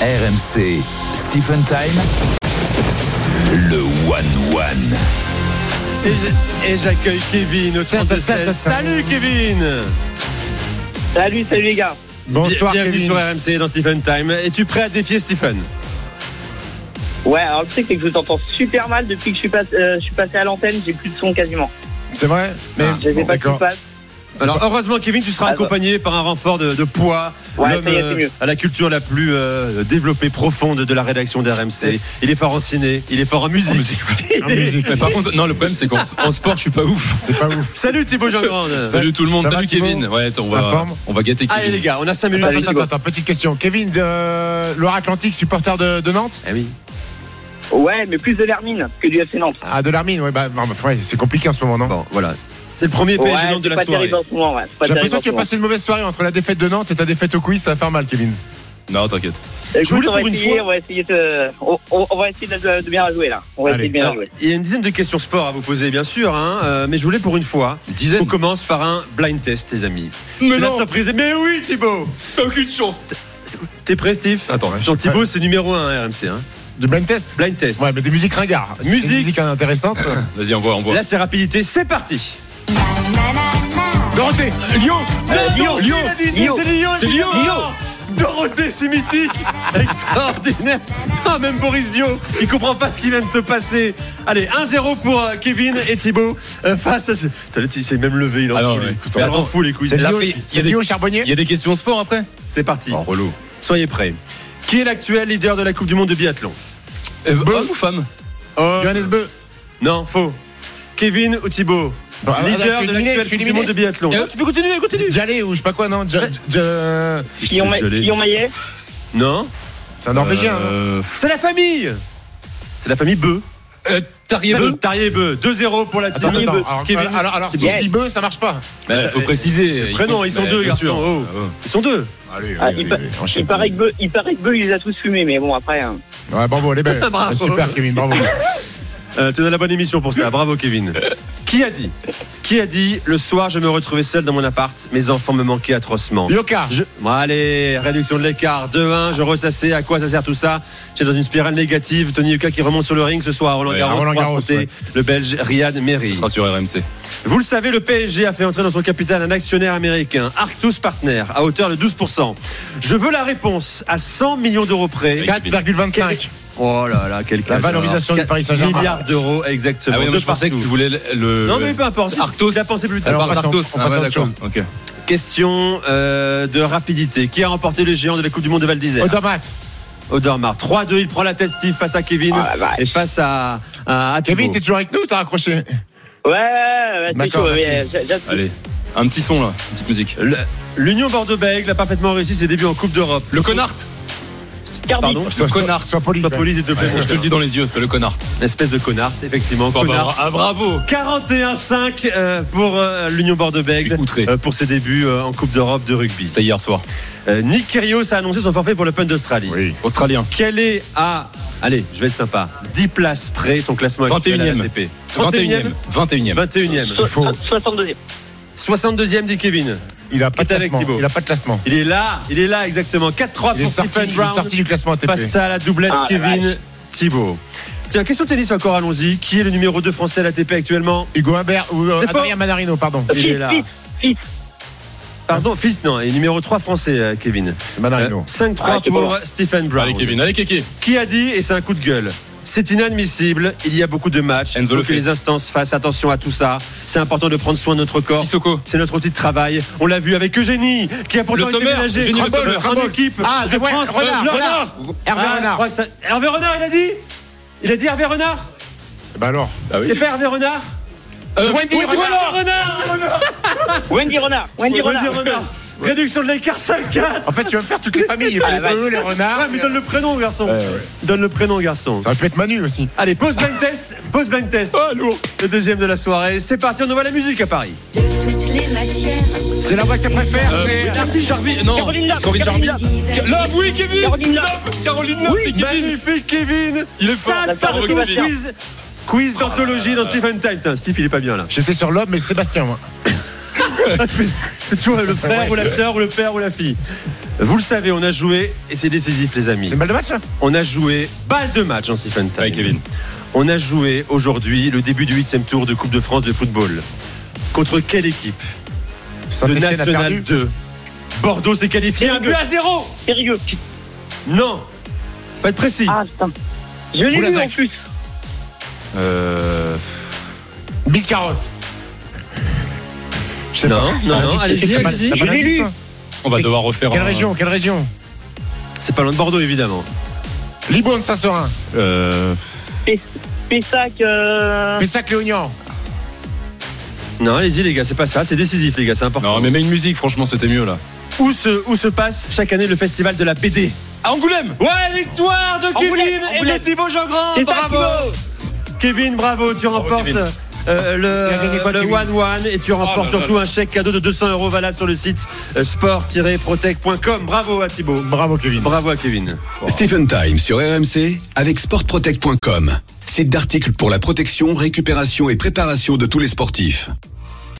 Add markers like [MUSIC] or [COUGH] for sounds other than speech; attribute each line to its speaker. Speaker 1: RMC, Stephen Time, le One One.
Speaker 2: Et j'ai- Et j'accueille Kevin au 32 16. Salut Kevin
Speaker 3: Salut, salut les gars.
Speaker 4: Bonsoir,
Speaker 2: Bien- Bienvenue
Speaker 4: Kevin.
Speaker 2: sur RMC dans Stephen Time. Es-tu prêt à défier Stephen
Speaker 3: Ouais, alors le truc c'est que je t'entends super mal depuis que je suis, pas- euh, je suis passé à l'antenne, j'ai plus de son quasiment. Ah.
Speaker 4: C'est vrai Mais
Speaker 3: Je sais
Speaker 4: bon,
Speaker 3: pas ce qui se
Speaker 4: d'accord.
Speaker 3: passe.
Speaker 2: Alors heureusement Kevin, tu seras
Speaker 3: Ah bah.
Speaker 2: accompagné par un renfort de, de poids,
Speaker 3: Ouais,
Speaker 2: l'homme
Speaker 3: ça y est, c'est
Speaker 2: euh,
Speaker 3: mieux.
Speaker 2: à la culture la plus euh, développée, profonde de la rédaction d'RMC. Il est fort en ciné, il est fort en musique.
Speaker 5: En musique,
Speaker 2: Il
Speaker 4: En
Speaker 2: est-
Speaker 4: Ah, musique,
Speaker 5: Mais par contre, non, le problème c'est qu'en en sport, je suis pas ouf.
Speaker 4: c'est pas ouf.
Speaker 2: Salut Thibaut Jean-Grande
Speaker 5: Salut tout le monde,
Speaker 4: Ça
Speaker 5: salut
Speaker 4: va,
Speaker 5: Kevin.
Speaker 4: Thibaut
Speaker 5: Ouais, attends, on
Speaker 4: La
Speaker 5: va,
Speaker 4: forme
Speaker 5: on va gâter Kevin.
Speaker 2: Allez les gars, on a 5 minutes.
Speaker 4: Attends,
Speaker 3: Salut,
Speaker 4: attends,
Speaker 3: Thibaut.
Speaker 4: attends, petite question. Kevin, euh, Loire Atlantique, supporter de, de Nantes
Speaker 2: Eh oui.
Speaker 3: Ouais, mais plus de l'Hermine que du FC Nantes.
Speaker 4: Ah, de l'Armine, ouais, bah, non, bah, ouais, c'est compliqué en ce moment, non
Speaker 2: Bon, voilà. C'est le premier
Speaker 3: Ouais,
Speaker 2: PSG Nantes de
Speaker 3: c'est
Speaker 2: la
Speaker 3: pas
Speaker 2: soirée.
Speaker 3: terrible en ce moment, ouais. C'est pas
Speaker 4: J'ai
Speaker 3: terrible
Speaker 4: l'impression
Speaker 3: en
Speaker 4: que tu
Speaker 3: ce
Speaker 4: as
Speaker 3: moment.
Speaker 4: passé une mauvaise soirée entre la défaite de Nantes et ta défaite au quiz, ça va faire mal, Kevin.
Speaker 5: Non, t'inquiète.
Speaker 3: Écoute,
Speaker 2: voulais
Speaker 3: on va
Speaker 2: pour une
Speaker 3: essayer,
Speaker 2: fois-
Speaker 3: on va essayer de, on, on- on va essayer de, de- de bien la jouer là. On va
Speaker 4: Allez,
Speaker 3: essayer de bien la
Speaker 2: Alors,
Speaker 3: jouer.
Speaker 2: il y a une dizaine de questions sport à vous poser, bien sûr, hein, euh, mais je voulais pour une fois
Speaker 5: Dizaine.
Speaker 2: qu'on commence par un blind test, les amis. C'est la surprise. Mais oui, Thibaut
Speaker 5: t'as aucune chance.
Speaker 2: T'es prêt, Steve
Speaker 4: Attends,
Speaker 2: Sur Thibaut, c'est numéro 1 RMC. hein.
Speaker 4: Du blind test
Speaker 2: Blind test.
Speaker 4: Ouais, mais des musiques ringards. C'est
Speaker 2: Musique.
Speaker 4: Une musique intéressante.
Speaker 5: Vas-y, envoie, envoie.
Speaker 2: Là, c'est rapidité, c'est parti
Speaker 4: Dorothée
Speaker 2: Lyon
Speaker 3: Euh, Lyon,
Speaker 2: Eh, Lyon
Speaker 3: Lyon,
Speaker 2: C'est Lyon,
Speaker 3: Lyon,
Speaker 2: C'est Lyon
Speaker 3: Lyon.
Speaker 2: Dorothée, c'est mythique [LAUGHS] Extraordinaire Ah, même Boris Dio, il comprend pas ce qui vient de se passer. Allez, 1-0 pour euh, Kevin et Thibaut euh, face à ce... T'as le- Il s'est même levé, il en
Speaker 5: Ah non,
Speaker 2: fout, les-
Speaker 5: ouais, écoute,
Speaker 2: il en
Speaker 5: attends.
Speaker 2: fout les couilles.
Speaker 4: C'est
Speaker 5: la-
Speaker 4: Lio,
Speaker 5: il y a
Speaker 4: c'est
Speaker 5: des-
Speaker 4: Lio
Speaker 5: Il
Speaker 4: Charbonnier
Speaker 5: y a des questions sport après
Speaker 2: C'est parti.
Speaker 5: Oh, relou.
Speaker 2: Soyez prêts. Qui est l'actuel leader de la Coupe du Monde de biathlon
Speaker 5: Euh, homme ou femme
Speaker 2: Oh,
Speaker 4: Johannes Beu.
Speaker 2: Non, faux. Kevin ou Thibaut
Speaker 4: Bon, ah, ah, je suis
Speaker 2: Leader de
Speaker 4: éliminé,
Speaker 2: l'actuelle
Speaker 4: je suis
Speaker 2: Coupe du Monde de
Speaker 4: éliminé.
Speaker 2: biathlon.
Speaker 5: Euh,
Speaker 2: tu peux continuer, continue.
Speaker 4: Jallet ou je sais pas quoi, non Ja- Ja-
Speaker 3: Sillon Ma- Sillon Maillet,
Speaker 2: Non.
Speaker 4: Euh, C'est un hein. Norvégien. non
Speaker 5: Euh,
Speaker 2: C'est la famille. C'est la famille Beu.
Speaker 5: euh, Tarier Beu
Speaker 2: Tarier Beu. 2-0 pour la
Speaker 4: Attends,
Speaker 2: team.
Speaker 4: attends,
Speaker 3: Beu.
Speaker 4: alors,
Speaker 2: Kevin.
Speaker 4: alors, alors, alors, si
Speaker 3: Yes.
Speaker 4: je dis Beu, ça marche pas.
Speaker 5: Bah, Faut préciser.
Speaker 2: prénom, ils sont
Speaker 5: bah,
Speaker 2: deux,
Speaker 5: bien
Speaker 2: garçons,
Speaker 5: sûr.
Speaker 2: oh.
Speaker 5: Ah, ouais.
Speaker 2: Ils sont deux.
Speaker 4: Allez,
Speaker 3: Ah, il pa- il paraît que Beu, il paraît que Beu, il les a tous fumés, mais bon après. hein.
Speaker 4: Ouais, bravo, les belles.
Speaker 2: [LAUGHS] Bravo.
Speaker 4: Super, Kevin, bravo.
Speaker 2: Euh, tu es dans la bonne émission pour ça. Bravo,
Speaker 4: [LAUGHS]
Speaker 2: Kevin. Qui a dit Qui a dit Le soir, je me retrouvais seul dans mon appart. Mes enfants me manquaient atrocement.
Speaker 4: Yoka.
Speaker 2: Je- Bon, allez, réduction de l'écart. 2-1, je ressassais. À quoi ça sert tout ça J'étais dans une spirale négative. Tony Yuka qui remonte sur le ring ce soir à Roland
Speaker 5: Ouais,
Speaker 2: Garros.
Speaker 4: à Roland
Speaker 2: pour
Speaker 4: Garros,
Speaker 2: affronter
Speaker 4: ouais.
Speaker 2: Le Belge Riyad
Speaker 5: Ce
Speaker 2: Merri.
Speaker 5: sera sur RMC.
Speaker 2: Vous le savez, le PSG a fait entrer dans son capital un actionnaire américain, Arctus Partner, à hauteur de 12%. Je veux la réponse à 100 millions d'euros près.
Speaker 5: Kevin.
Speaker 4: 4,25.
Speaker 2: Oh là là, quel
Speaker 4: La
Speaker 2: cadre.
Speaker 4: valorisation du
Speaker 2: Quatre
Speaker 4: Paris Saint-Germain.
Speaker 2: Milliards d'euros, exactement.
Speaker 5: Ah oui, non,
Speaker 2: De
Speaker 5: mais je pensais que
Speaker 2: partout.
Speaker 5: tu voulais le- le.
Speaker 2: Non, mais peu importe.
Speaker 5: Arctos.
Speaker 2: Tu as pensé plus tard.
Speaker 4: Alors,
Speaker 5: Alors,
Speaker 4: on passe
Speaker 5: Arctos.
Speaker 4: en- on passe à autre chose.
Speaker 5: Ok.
Speaker 2: Question euh, de rapidité. Qui a remporté le géant de la Coupe du Monde de Val d'Isère
Speaker 4: Automate.
Speaker 2: Odomar. 3-2, il prend la tête, Steve, face à Kevin
Speaker 3: Ah, la vache.
Speaker 2: et face à, à, à
Speaker 4: Kevin,
Speaker 2: Thibaut.
Speaker 4: t'es toujours avec nous ou t'as raccroché
Speaker 3: Ouais, ouais, ouais, c'est
Speaker 4: D'accord,
Speaker 3: chaud.
Speaker 4: merci.
Speaker 3: mais, euh, j'a- j'a-
Speaker 5: Allez. Un petit son là, une petite musique.
Speaker 2: Le- L'Union Bordeaux-Bègles a parfaitement réussi ses débuts en Coupe d'Europe.
Speaker 5: Le connard
Speaker 3: Cardiff,
Speaker 2: Pardon
Speaker 4: Sois- sois-
Speaker 5: connard.
Speaker 4: Sois poli.
Speaker 2: Soit poli, s'il te plaît.
Speaker 5: Je te le dis dans les yeux, c'est le connard.
Speaker 2: Espèce de connard, effectivement.
Speaker 5: Bon, bah,
Speaker 2: Connard.
Speaker 5: Ah bravo
Speaker 2: 41-5 euh, pour euh, l'Union
Speaker 5: Je
Speaker 2: Bordeaux-Bègles
Speaker 5: suis outré.
Speaker 2: euh, pour ses débuts euh, en Coupe d'Europe de rugby.
Speaker 5: C'était hier soir.
Speaker 2: Euh, Nick Kyrgios a annoncé son forfait pour l'Open d'Australie.
Speaker 5: Australien.
Speaker 2: Quel est à, allez, je vais être sympa, 10 places près son classement actuel à
Speaker 5: 21e.
Speaker 2: l'ATP
Speaker 5: 21ème. 21ème.
Speaker 2: 21e.
Speaker 3: so-
Speaker 4: faux.
Speaker 3: 62e.
Speaker 2: 62e dit Kevin.
Speaker 4: Il a pas de
Speaker 2: Qui est avec
Speaker 4: classement.
Speaker 2: Thibaut
Speaker 4: Il a pas de classement.
Speaker 2: Il est là, il est là exactement. 4-3
Speaker 4: Il est
Speaker 2: pour
Speaker 4: sorti,
Speaker 2: Stephen
Speaker 4: il est
Speaker 2: Brown.
Speaker 4: sorti du classement ATP.
Speaker 2: Passe à la doublette
Speaker 3: Ah,
Speaker 2: Kevin Thibault. Tiens, question tennis encore, allons-y. Qui est le numéro 2 français à l'ATP actuellement
Speaker 4: Hugo Humbert ou euh,
Speaker 2: C'est faux.
Speaker 4: Adrien Manarino, pardon.
Speaker 2: Il est
Speaker 3: Fils,
Speaker 2: là.
Speaker 3: fils, fils.
Speaker 2: Pardon, fils, non, et numéro 3 français, euh, Kevin.
Speaker 4: C'est
Speaker 2: Euh,
Speaker 4: Manarino.
Speaker 2: 5-3
Speaker 3: Ah, c'est
Speaker 2: pour
Speaker 3: bon.
Speaker 2: Stephen Brown.
Speaker 5: Allez Kevin, allez Kéké.
Speaker 2: Qui a dit, et c'est un coup de gueule, c'est inadmissible, il y a beaucoup de matchs, il
Speaker 5: Enzo
Speaker 2: faut
Speaker 5: le
Speaker 2: que
Speaker 5: fait.
Speaker 2: les instances fassent attention à tout ça, c'est important de prendre soin de notre corps.
Speaker 5: Sissoko.
Speaker 2: C'est notre outil de travail. On l'a vu avec Eugénie, qui a pourtant
Speaker 5: Le
Speaker 2: été
Speaker 5: Sommer,
Speaker 2: ménagé
Speaker 5: Eugénie Le Sommer,
Speaker 2: en
Speaker 4: Rimbaud.
Speaker 2: équipe
Speaker 4: Ah,
Speaker 2: de
Speaker 4: ouais,
Speaker 2: France. Euh,
Speaker 4: Renard,
Speaker 2: Renard.
Speaker 4: Renard. Hervé
Speaker 2: Ah, je
Speaker 4: Renard.
Speaker 2: crois que ça- Hervé Renard, il a dit Il a dit Hervé Renard
Speaker 4: Bah alors.
Speaker 5: Ah oui.
Speaker 2: C'est pas Hervé Renard
Speaker 5: Euh,
Speaker 4: Wendy
Speaker 5: Wendy
Speaker 4: Renard.
Speaker 5: Renard.
Speaker 2: Renard
Speaker 3: Wendy Renard, Wendy Renard.
Speaker 2: Réduction de l'écart 5-4
Speaker 4: En fait, tu vas me faire toutes les familles. Il y a
Speaker 3: Ah,
Speaker 4: les
Speaker 3: la
Speaker 4: bleus, les
Speaker 2: Ah,
Speaker 4: renards.
Speaker 2: mais donne le prénom, garçon
Speaker 4: Ouais, ouais.
Speaker 2: Donne le prénom, garçon
Speaker 4: Ça aurait pu être Manu aussi.
Speaker 2: Allez, pause blind test Pause blind test
Speaker 5: Ah lourd.
Speaker 2: Le deuxième de la soirée, c'est parti, on envoie la musique à Paris
Speaker 6: de toutes les matières.
Speaker 4: C'est la voix que je préfère.
Speaker 5: Euh,
Speaker 4: c'est-
Speaker 5: Jarvis, non.
Speaker 3: Caroline Lab,
Speaker 5: Corinne
Speaker 3: Caroline
Speaker 5: Jarvis. Lob, oui Kevin.
Speaker 3: Caroline Lab.
Speaker 5: Lob, Caroline Lob, c'est Kevin.
Speaker 2: Magnifique Kevin
Speaker 5: Il est fort.
Speaker 2: Ça
Speaker 3: D'accord,
Speaker 2: partout,
Speaker 3: Kevin.
Speaker 2: quiz, quiz d'anthologie dans Stephen Time Putain, Steve il est pas bien là
Speaker 4: J'étais sur l'homme, mais Sébastien, moi.
Speaker 2: Ah, [LAUGHS] tu fais- tu fais toujours le frère ou la sœur ou le père ou la fille. Vous le savez, on a joué, et c'est décisif, les amis.
Speaker 4: C'est une balle de match, là
Speaker 2: On a joué balle de match en Stephen Time.
Speaker 5: Ouais, Kevin.
Speaker 2: On a joué aujourd'hui le début du huitième tour de Coupe de France de football. Contre quelle équipe De
Speaker 4: Saint-Étienne a
Speaker 2: National
Speaker 4: perdu.
Speaker 2: 2. Bordeaux s'est qualifié un but à zéro
Speaker 3: Sérieux.
Speaker 2: Non Pas être précis.
Speaker 3: Ah putain. Je l'ai
Speaker 4: Oula,
Speaker 3: vu en
Speaker 4: Zach.
Speaker 3: plus.
Speaker 4: Euh. Biscarros. Je sais
Speaker 2: non, non,
Speaker 4: Ah,
Speaker 2: non,
Speaker 4: Biscarros,
Speaker 2: allez-y,
Speaker 4: t'as pas-
Speaker 2: allez-y.
Speaker 4: t'as pas
Speaker 3: Je l'ai
Speaker 4: l'indice,
Speaker 3: lu.
Speaker 4: toi
Speaker 5: On va devoir refaire.
Speaker 4: Quelle
Speaker 5: un-
Speaker 4: région Quelle région
Speaker 2: C'est pas loin de Bordeaux, évidemment.
Speaker 4: Libourne, Saint-Seurin.
Speaker 5: Euh,
Speaker 3: Pessac. Euh...
Speaker 4: Pessac-Léognan.
Speaker 2: Non, allez-y, les gars, c'est pas ça, c'est décisif, les gars, c'est important.
Speaker 5: Non, mais mets une musique, franchement, c'était mieux là.
Speaker 2: Où se, où se passe chaque année le festival de la BD
Speaker 5: À Angoulême
Speaker 2: Ouais, victoire de
Speaker 3: Angoulême,
Speaker 2: Kevin et
Speaker 3: Angoulême.
Speaker 2: de Thibaut Jean-Grand
Speaker 3: C'est ça,
Speaker 2: Bravo Kevin, bravo, tu remportes
Speaker 5: Kevin. Ah,
Speaker 2: euh,
Speaker 4: Il a gagné quoi,
Speaker 2: le le 1-1
Speaker 4: Kevin
Speaker 2: et tu remportes
Speaker 5: là là
Speaker 2: surtout un chèque cadeau de 200 euros valable sur le site euh, sport-protect.com. Bravo à Thibaut.
Speaker 4: Bravo, Kevin.
Speaker 2: Bravo à Kevin.
Speaker 1: Stephen Time sur RMC avec sportprotect.com. Site d'articles pour la protection, récupération et préparation de tous les sportifs.